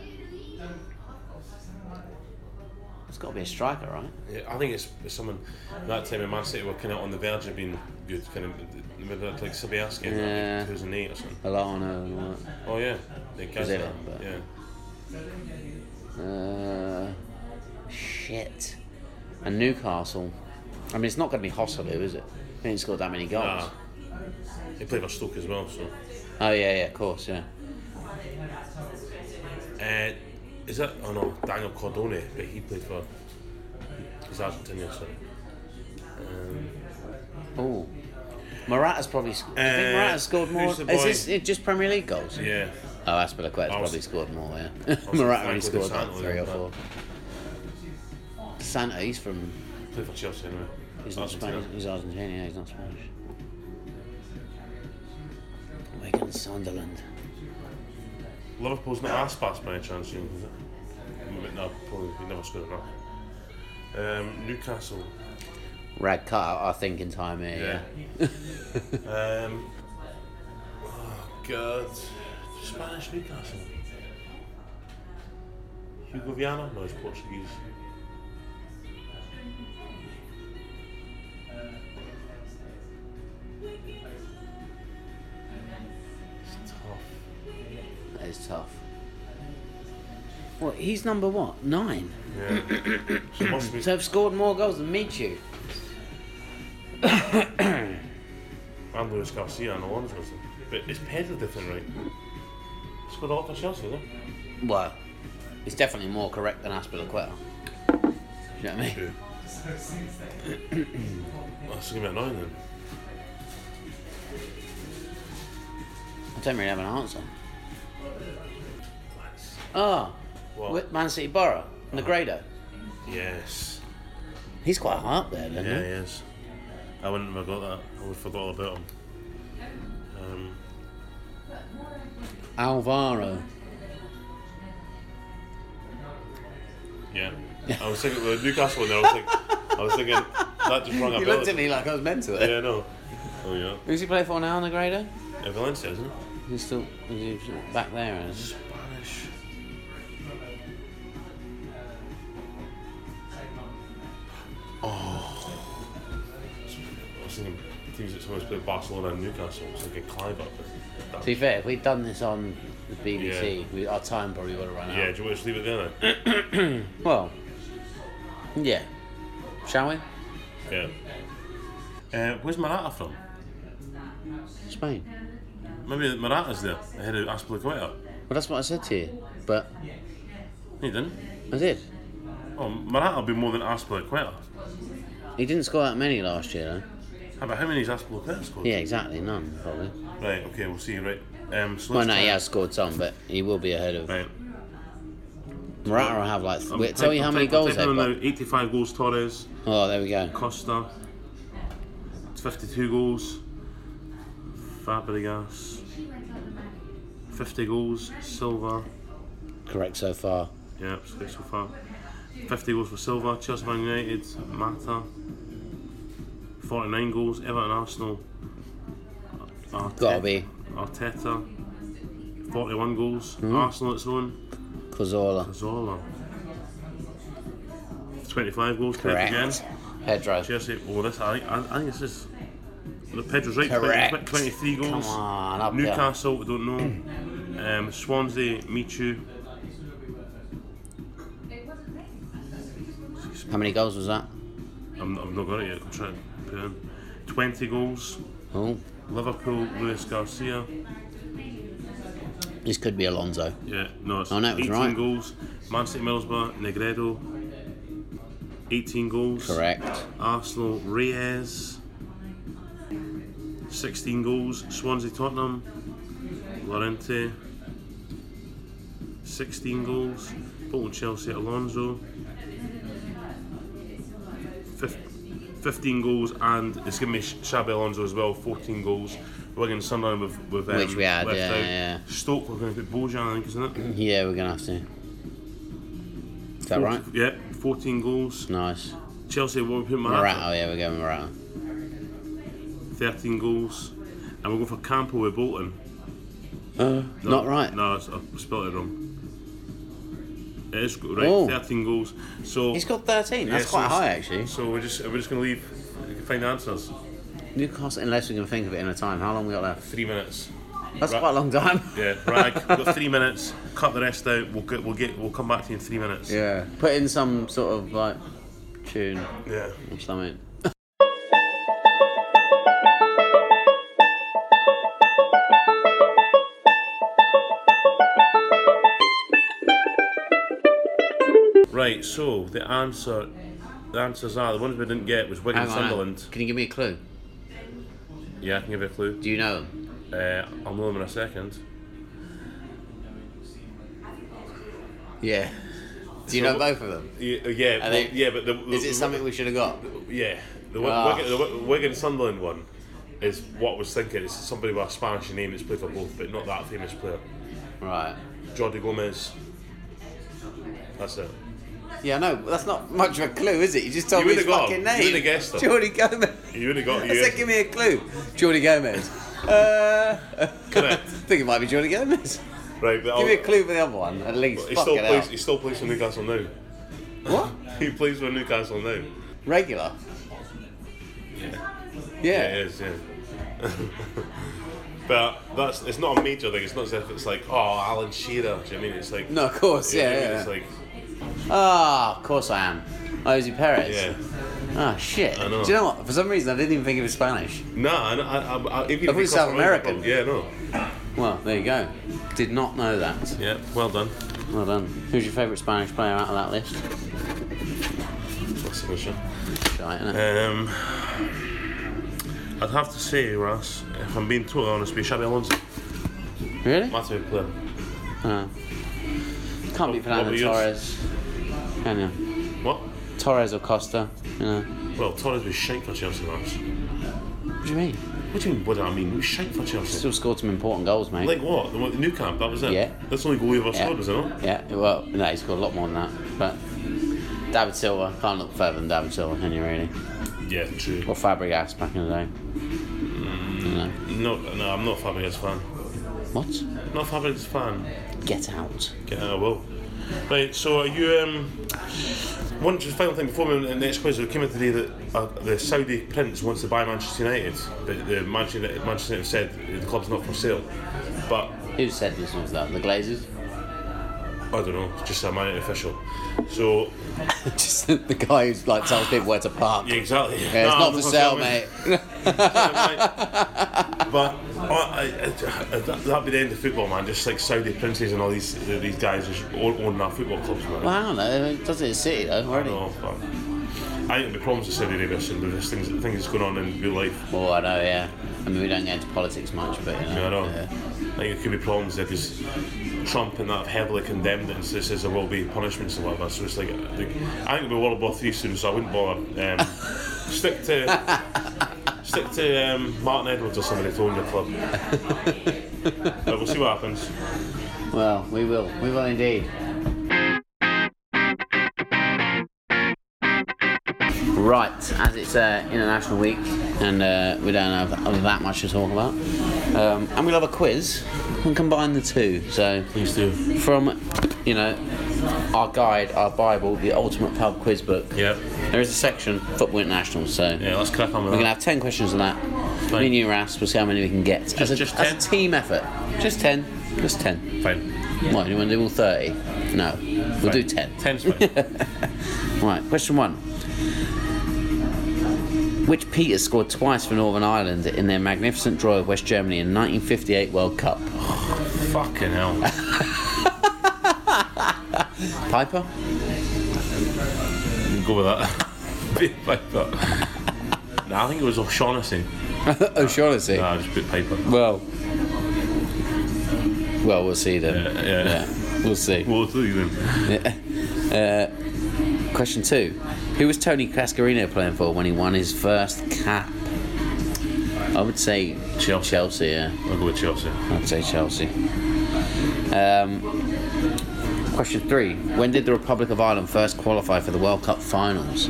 S2: It's got to be a striker, right?
S1: Yeah, I think it's, it's someone at that time in Man City were kind of on the verge of being good, kind of in the middle of like Sabiaski in
S2: Yeah.
S1: like 2008 or something.
S2: Alano and all that.
S1: Oh yeah, they catch
S2: Brazil,
S1: that.
S2: but-
S1: Yeah,
S2: Uh, shit. And Newcastle. I mean, it's not going to be Hosselu, is it? He didn't score that many goals.
S1: Nah. they Ah. played for Stoke as well. So,
S2: Oh, yeah, yeah, of course, yeah.
S1: uh, is that? Oh no, Daniel Cordone, but he played for. He's Argentinian, so. Um,
S2: Oh. Morata's probably. Sc- I think
S1: Uh,
S2: Morata's scored more.
S1: who's
S2: Is
S1: the boy?
S2: this it just Premier League goals?
S1: yeah,
S2: Oh, Aspilicueta's
S1: I was-
S2: probably scored more, yeah. Morata
S1: Franco
S2: only scored
S1: Di
S2: like
S1: Santo,
S2: three or
S1: yeah.
S2: four. Santa, he's from.
S1: played for Chelsea anyway.
S2: He's not
S1: Argentina.
S2: Spanish. He's Argentinian, yeah, he's not Spanish. Wigan Sunderland.
S1: Liverpool's not Aspas by any chance, you know, is it? No, probably he never scored enough. Um, Newcastle.
S2: Rag cut out our thinking time here, yeah.
S1: um, oh God, Spanish Newcastle. Hugo Viana? No, he's Portuguese. It's tough.
S2: That is tough. Well, he's number what? Nine.
S1: Yeah. so it must be
S2: So have scored more goals than Michu.
S1: and Luis Garcia and Alonso. isn't it? But it's Pedro different, right? Scored a lot for Chelsea, though.
S2: Well, it's definitely more correct than Aspilicueta. Do you know what I mean?
S1: True. That's Oh, gonna be annoying then.
S2: I don't really have an answer. Oh,
S1: What?
S2: with Man City Borough, Negredo.
S1: Yes.
S2: He's quite high up there, then.
S1: Yeah,
S2: Yeah.
S1: he is. I wouldn't have got that. I would have forgot all about him. Um,
S2: Alvaro.
S1: yeah. I was thinking well, Newcastle. There, I was like, I was thinking that just rung a
S2: You
S1: bell.
S2: looked at me like I was mental.
S1: Yeah, no. Oh yeah.
S2: Who's he play for now, Negredo?
S1: Yeah, Valencia, isn't it?
S2: He's still he's back there. Isn't he?
S1: Spanish. Oh. I was thinking teams that sometimes play Barcelona and Newcastle. I was thinking Clive up. there.
S2: To be fair, if we'd done this on the BBC,
S1: Yeah.
S2: we, our time probably would have run out.
S1: Yeah, do you want to just leave it there then?
S2: Well, yeah. Shall we?
S1: yeah. Uh, where's Morata from?
S2: Spain.
S1: Maybe Morata's there ahead of Aspilicueta.
S2: Well, that's what I said to you. But
S1: He didn't.
S2: I did.
S1: Oh, Morata will be more than Aspilicueta.
S2: He didn't score that many last year,
S1: How about how many has Aspilicueta scored?
S2: though. Yeah, exactly. None, probably.
S1: Right, okay, we'll see, right. Um, so
S2: Well,
S1: let's
S2: no,
S1: try-
S2: he has scored some, but he will be ahead of.
S1: Right.
S2: Morata will have like.
S1: I'm
S2: wait, tell
S1: type-
S2: you how
S1: I'm
S2: many
S1: type- I'm
S2: goals
S1: typing
S2: they've
S1: them
S2: got.
S1: now. 85 goals Torres,
S2: Oh, there we go.
S1: Costa, 52 goals, Fabregas, 50 goals, Silva,
S2: Correct so far.
S1: yeah, it's great so far. 50 goals for Silva, Chelsea Man United, Mata, 49 goals, Everton Arsenal, Arte-
S2: Gotta be.
S1: Arteta, 41 goals, Arsenal its own,
S2: Cazorla.
S1: Zola. 25 goals played again.
S2: Correct. Pedro.
S1: Chelsea, oh, this, I, I, I think this is. The Pedro's right,
S2: Correct.
S1: 20, 23 goals.
S2: Come on, up there.
S1: Newcastle, we don't know. um, Swansea, Michu,
S2: How many goals was that?
S1: I'm, I've not got it yet, I'm trying to put it in. 20 goals.
S2: Oh,
S1: Liverpool, Luis Garcia.
S2: this could be Alonso.
S1: Yeah, no, it's
S2: Oh, no, it was
S1: 18
S2: right.
S1: goals. Man City, Middlesbrough, Negredo. 18 goals.
S2: Correct.
S1: Arsenal, Reyes. 16 goals. Swansea, Tottenham. Lorente. 16 goals. Bolton, Chelsea, Alonso. Fif- 15 goals and it's going to be Xabi Alonso as well, 14 goals. Wigan Sunderland with with um,
S2: Which we had,
S1: left
S2: yeah,
S1: out.
S2: yeah.
S1: Stoke we're going to put Bojan I think isn't it? Is
S2: Yeah, we're gonna have to. Is that right?
S1: Yeah, 14 goals.
S2: Nice.
S1: Chelsea what we put Morata,
S2: Morata, oh, yeah, we're going Morata.
S1: 13 goals, and we're going for Campo with Bolton.
S2: Uh, not right.
S1: No, I s- I spelled it wrong. It is right.
S2: Oh.
S1: 13 goals. So
S2: He's got 13.
S1: yeah,
S2: That's
S1: so
S2: quite
S1: it's-
S2: high, actually.
S1: So we're just we're just going to leave. You can find the answers.
S2: Newcastle, unless we can think of it in a time. How long we got left?
S1: Three minutes.
S2: That's
S1: Right.
S2: quite a long time.
S1: Yeah, rag. We've got three minutes. Cut the rest out. We'll get. We'll get. We'll come back to you in three minutes.
S2: Yeah. Put in some sort of like tune
S1: Yeah.
S2: or something.
S1: Right. So the answer, the answers are the ones we didn't get was Wigan
S2: Hang on,
S1: Sunderland.
S2: Can you give me a clue?
S1: Yeah, I can give you a clue.
S2: Do you know him?
S1: Uh, I'll know them in a second.
S2: Yeah. Do you
S1: So
S2: know
S1: what-
S2: both of them?
S1: Yeah, uh, yeah, well,
S2: they-
S1: yeah but the, the,
S2: Is it something we should have got?
S1: Yeah, the
S2: Ah.
S1: Wi- Wigan, the Wi- Wigan Sunderland one is what I was thinking. It's somebody with a Spanish name that's played for both, but not that famous player.
S2: Right.
S1: Jordi Gomez. That's it.
S2: Yeah, no, that's not much of a clue, is it? You just told
S1: You
S2: me his
S1: wouldn't have got
S2: fucking
S1: him.
S2: name.
S1: You wouldn't have guessed him.
S2: Jordy Gomez.
S1: You only got
S2: I
S1: you.
S2: said, give me a clue. Jordy Gomez. uh, I
S1: Correct.
S2: think it might be Jordy Gomez.
S1: Right, but
S2: Give me a
S1: I'll-
S2: clue for the other one, at least.
S1: He
S2: Fuck
S1: still
S2: it
S1: plays. He still plays for Newcastle now.
S2: out. What?
S1: He plays for Newcastle now.
S2: Regular?
S1: Yeah, yeah
S2: Yeah.
S1: it is. Yeah. but that's it's not a major thing. It's not as if it's like oh Alan Shearer. Do you know what I mean it's like
S2: No, of course,
S1: do you know
S2: yeah,
S1: what I mean?
S2: yeah.
S1: It's like
S2: Ah, of course I am. Ozzy Perez.
S1: yeah.
S2: Ah, shit.
S1: I know.
S2: Do you know what? For some reason, I didn't even think it was Spanish.
S1: Nah, I, I, I, I, if you
S2: Every
S1: think
S2: South
S1: Costa Rica,
S2: American.
S1: probably- Yeah, no.
S2: Well, there you go. Did not know that.
S1: Yeah, well done.
S2: Well done. Who's your favourite Spanish player out of that list?
S1: That's a good shot.
S2: Shite, innit?
S1: Um, I'd have to say, Ross, if I'm being totally honest, with you, Xabi Alonso,
S2: really?
S1: my favourite player.
S2: Oh. Can't
S1: What- what
S2: be
S1: were
S2: Fernando
S1: yours?
S2: Torres. Can you?
S1: What?
S2: Torres or Costa, you know.
S1: Well, Torres was shite for Chelsea, Ross.
S2: What do you mean?
S1: What do you mean? What do I mean? He was shite for Chelsea.
S2: Still scored some important goals, mate.
S1: Like what? The one- the new camp. That was it.
S2: Yeah.
S1: That's the only goal we ever
S2: Yeah.
S1: scored, was it not?
S2: Yeah, well, no, he's got a lot more than that. But David Silva, can't look further than David Silva, can you really?
S1: Yeah, true.
S2: Or Fabregas back in the day.
S1: Mm.
S2: You know.
S1: No, no, I'm not a Fabregas fan.
S2: What?
S1: Not a Fabregas fan.
S2: Get out.
S1: Yeah, I will. Right, so are you. Um, one just final thing before we move on to the next quiz. It came in today that uh, the Saudi prince wants to buy Manchester United, but the Manchester United, Manchester United said the club's not for sale. But
S2: Who said this was that? The Glazers?
S1: I don't know, it's just a Man United official. So
S2: Just the guy who's like tells people where to park.
S1: yeah, exactly.
S2: Yeah, it's
S1: Nah,
S2: not
S1: I'm
S2: for sale,
S1: mate.
S2: mate.
S1: but I, I, I, that, that'd be the end of football, man. Just like Saudi princes and all these these guys just own, own our football clubs, man.
S2: well, I don't know. It does it at City though already?
S1: No, but Oh, I think the problems with Saudi Arabia soon, there's things, things that's going on in real life.
S2: Oh, I know. Yeah. I mean, we don't get into politics much, but you know.
S1: I know. I
S2: yeah.
S1: think it could be problems there because Trump and that have heavily condemned it and so it says there will be punishments and whatever. So it's like, I think, I think it'll be World War Three soon, so I wouldn't bother. Um, stick to stick to um, Martin Edwards or somebody to own the club. but we'll see what happens.
S2: Well, we will. We will indeed. Right, as it's uh, International Week and uh, we don't have that much to talk about, um, and we'll have a quiz and combine the two. So
S1: Please do.
S2: from you know our guide, our Bible, the ultimate pub quiz book.
S1: Yeah.
S2: There is a section football international, so
S1: Yeah, let's crack on with
S2: we're gonna
S1: that.
S2: have ten questions on that. Me and you, Ras, we'll see how many we can get. as, a,
S1: just
S2: as
S1: 10?
S2: a team effort, just ten, just ten.
S1: Fine.
S2: What? You want to do all thirty? No, we'll do ten.
S1: Ten's fine.
S2: Right. Question one. Which Peter scored twice for Northern Ireland in their magnificent draw of West Germany in 1958 World Cup?
S1: Fucking hell.
S2: Piper?
S1: Go with that. Bit Piper. nah, I think it was O'Shaughnessy.
S2: oh, sure, is he?
S1: Nah, just bit Piper.
S2: Well, well, we'll see then.
S1: Yeah, yeah.
S2: we'll see.
S1: Well, it's you then.
S2: Question two: Who was Tony Cascarino playing for when he won his first cap? I would say
S1: Chelsea.
S2: Chelsea. Yeah,
S1: I'll go with Chelsea.
S2: I'd say Chelsea. Um, question three: When did the Republic of Ireland first qualify for the World Cup finals?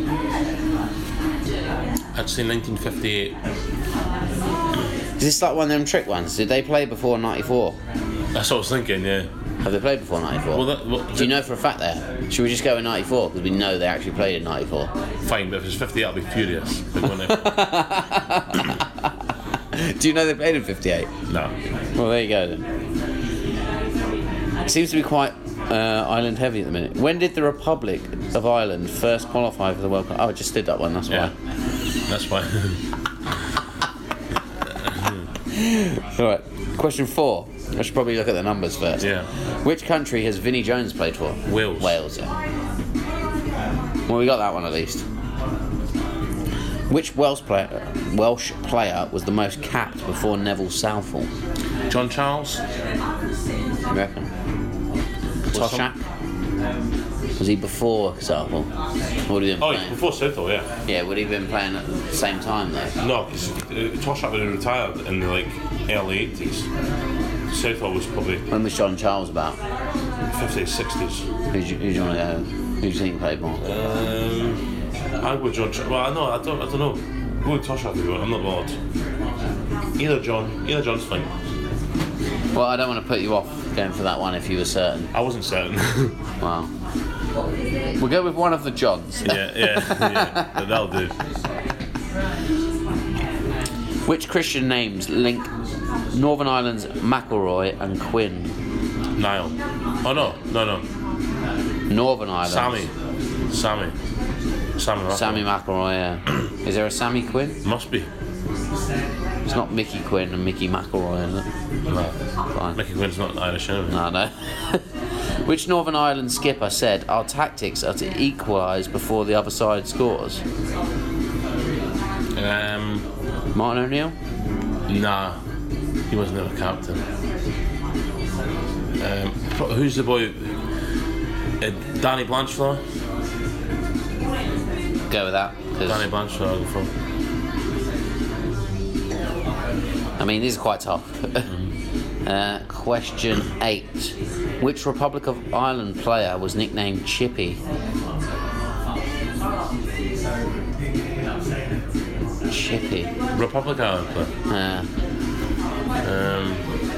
S1: I'd say 1958.
S2: Is this like one of them trick ones? Did they play before '94?
S1: That's what I was thinking, yeah.
S2: Have they played before '94?
S1: Well, that, well
S2: Do you know for a fact there? Should we just go in '94 because we know they actually played in '94?
S1: Fine, but if it's 58, I'll be furious. But when I-
S2: Do you know they played in '58?
S1: nah.
S2: Well, there you go then. Seems to be quite uh, island heavy at the minute. When did the Republic of Ireland first qualify for the World Cup? Oh, I just did that one. That's
S1: Yeah.
S2: why.
S1: That's why.
S2: All right. Question four. I should probably look at the numbers first.
S1: Yeah.
S2: Which country has Vinnie Jones played for?
S1: Wales.
S2: Wales. Yeah. Well, we got that one at least. Which Welsh player, Welsh player was the most capped before Neville Southall?
S1: John Charles?
S2: You reckon? Toshak? Was he before Southall? Or would he been
S1: Oh,
S2: playing?
S1: before Southall, yeah.
S2: Yeah, would he have been playing at the same time though?
S1: No, because Toshak would have retired in the like early 80s. Southall was probably
S2: When was John Charles about?
S1: 50s, 60s.
S2: Who do you, who do you want to go? Who do you think played more?
S1: Um, I'd go with John Charles. Well, I know, I don't, I don't know. Go with Toshak if you want, I'm not bothered. Either John, either John's fine.
S2: Well, I don't want to put you off going for that one if you were certain.
S1: I wasn't certain.
S2: Wow. We'll go with one of the Johns.
S1: yeah, yeah, yeah. But that'll do.
S2: Which Christian names link Northern Ireland's McElroy and Quinn?
S1: Niall. Oh, no, no, no.
S2: Northern Ireland.
S1: Sammy. Sammy. Sammy. Rathbone.
S2: Sammy McElroy, yeah. Is there a Sammy Quinn?
S1: Must be.
S2: It's not Mickey Quinn and Mickey McElroy, is it?
S1: No.
S2: Fine.
S1: Mickey Quinn's not Irish anyway.
S2: No, no. Which Northern Ireland skipper said our tactics are to equalise before the other side scores?
S1: Um,
S2: Martin O'Neill?
S1: nah. He wasn't ever captain. Um, pro- who's the boy? Uh, Danny Blanchflower?
S2: Go with that. 'cause,
S1: Danny Blanchflower, I'll go for.
S2: I mean, these are quite tough. uh, question eight. Which Republic of Ireland player was nicknamed Chippy? Chippy.
S1: Republic Island player.
S2: Uh,
S1: Um,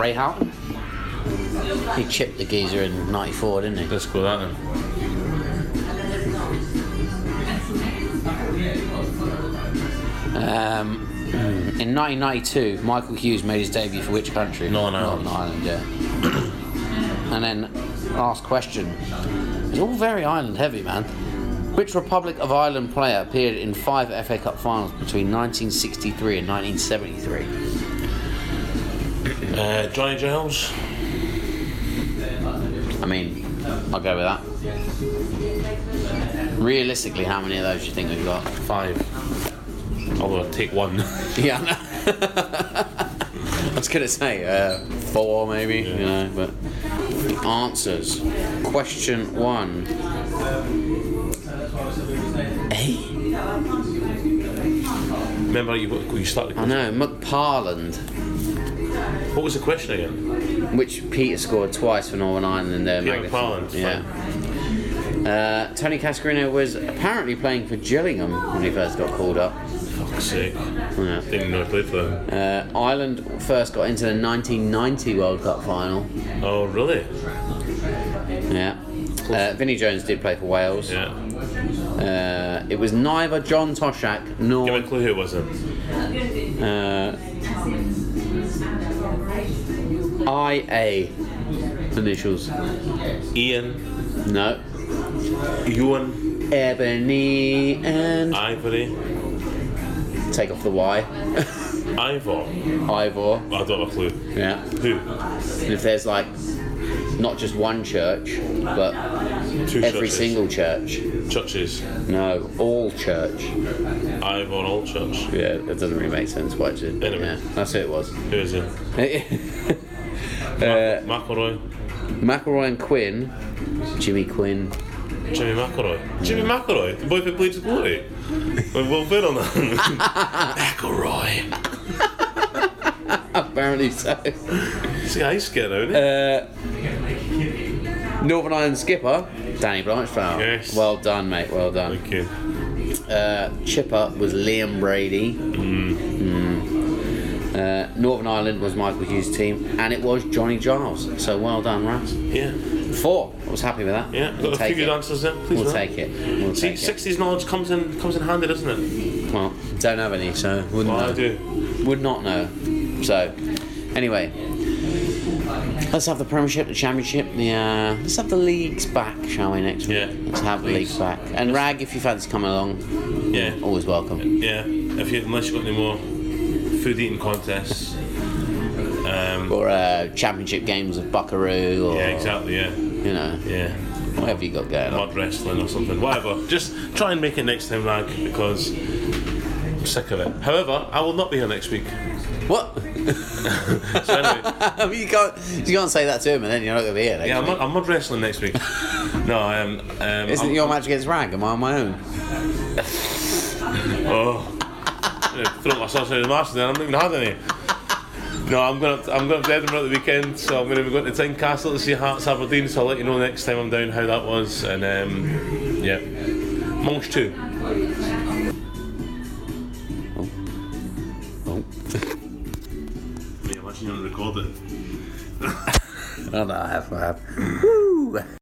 S2: Ray Houghton? He chipped the geezer in 94, didn't he?
S1: let's go that then.
S2: Um, in 1992, Michael Hughes made his debut for which country?
S1: Northern Ireland.
S2: Northern Ireland, yeah. and then, last question. It's all very island heavy, man. Which Republic of Ireland player appeared in five FA Cup finals between 1963 and 1973?
S1: Uh, Johnny Giles?
S2: I mean, I'll go with that. Realistically, how many of those do you think we've got?
S1: Five. Although I'd take one.
S2: Yeah, I know. I was gonna say uh, four, maybe. You know, but the answers. Question one. Hey,
S1: Remember, you, you started.
S2: I know McParland,
S1: What was the question again?
S2: which Peter scored twice for Northern Ireland in their
S1: Peter
S2: magnificent-
S1: McParland,
S2: Yeah. Uh, Tony Cascarino was apparently playing for Gillingham when he first got called up.
S1: Fuck's sake.
S2: Yeah.
S1: Didn't know I played for them.
S2: Uh, Ireland first got into the 1990 World Cup final.
S1: Oh, really?
S2: Yeah. Uh, Vinnie Jones did play for Wales.
S1: Yeah.
S2: Uh, it was neither John Toshak
S1: Give
S2: nor.
S1: me a clue who it was then.
S2: Uh, IA initials.
S1: Ian,
S2: No.
S1: Ewan,
S2: Ebony and.
S1: Ivory,
S2: Take off the Y.
S1: Ivor.
S2: Ivor.
S1: I don't have a clue.
S2: Yeah.
S1: Who?
S2: And if there's like not just one church, but
S1: Two
S2: every
S1: churches.
S2: single church.
S1: Churches.
S2: No, all church.
S1: Ivor Old Church.
S2: Yeah, that doesn't really make sense. Why it did.
S1: Anyway.
S2: Yeah, that's who it was.
S1: Who is it? McElroy.
S2: Uh, McElroy and Quinn, Jimmy Quinn,
S1: Jimmy McElroy. Jimmy McElroy, the boy who played his glory. With Will Ferrell on that. McElroy.
S2: Apparently so.
S1: See, I get around it.
S2: Uh, Northern Ireland skipper, Danny Blanchflower.
S1: Yes.
S2: Well done, mate. Well done.
S1: Thank you.
S2: Uh, chipper was Liam Brady.
S1: Hmm.
S2: Mm. Uh, Northern Ireland was Michael Hughes' team, and it was Johnny Giles. So well done, Raz.
S1: Yeah,
S2: Four. I was happy with that.
S1: yeah. Got
S2: We'll
S1: a few
S2: take
S1: good
S2: it.
S1: answers there. Please
S2: We'll
S1: man.
S2: take it. We'll
S1: See,
S2: take it.
S1: sixties knowledge comes in comes in handy, doesn't it?
S2: Well, don't have any, so wouldn't
S1: Well,
S2: know.
S1: I do.
S2: Would not know. So, anyway, let's have the Premiership, the Championship, the uh, let's have the leagues back, shall we? Next week.
S1: Yeah.
S2: Let's have the leagues back. And Rag, if you fancy coming along,
S1: Yeah,
S2: always welcome.
S1: yeah. If you unless you got any more food eating contests. Um,
S2: Or uh, Championship games of Buckaroo, or
S1: yeah, exactly. Yeah,
S2: you know,
S1: yeah.
S2: whatever you got going on.
S1: Mud wrestling or something. Whatever. Just try and make it next time, Rag, because I'm sick of it. However, I will not be here next week.
S2: What?
S1: So anyway.
S2: you can't you can't say that to him, and then you're not gonna be here. Next
S1: Yeah, I'm
S2: week.
S1: not, I'm not wrestling next week. No, um, um,
S2: Isn't
S1: I'm,
S2: it your match against Rag? Am I on my own?
S1: Oh, I'm gonna throw myself out of the mask then. I'm not even had any. No, I'm gonna I'm gonna bed them at the weekend, so I'm gonna be going to Tyne Castle to see Hearts Aberdeen. So I'll let you know next time I'm down how that was, and um, yeah, Monks two.
S2: Oh,
S1: Yeah, imagine you don't record it.
S2: I know I have. I have.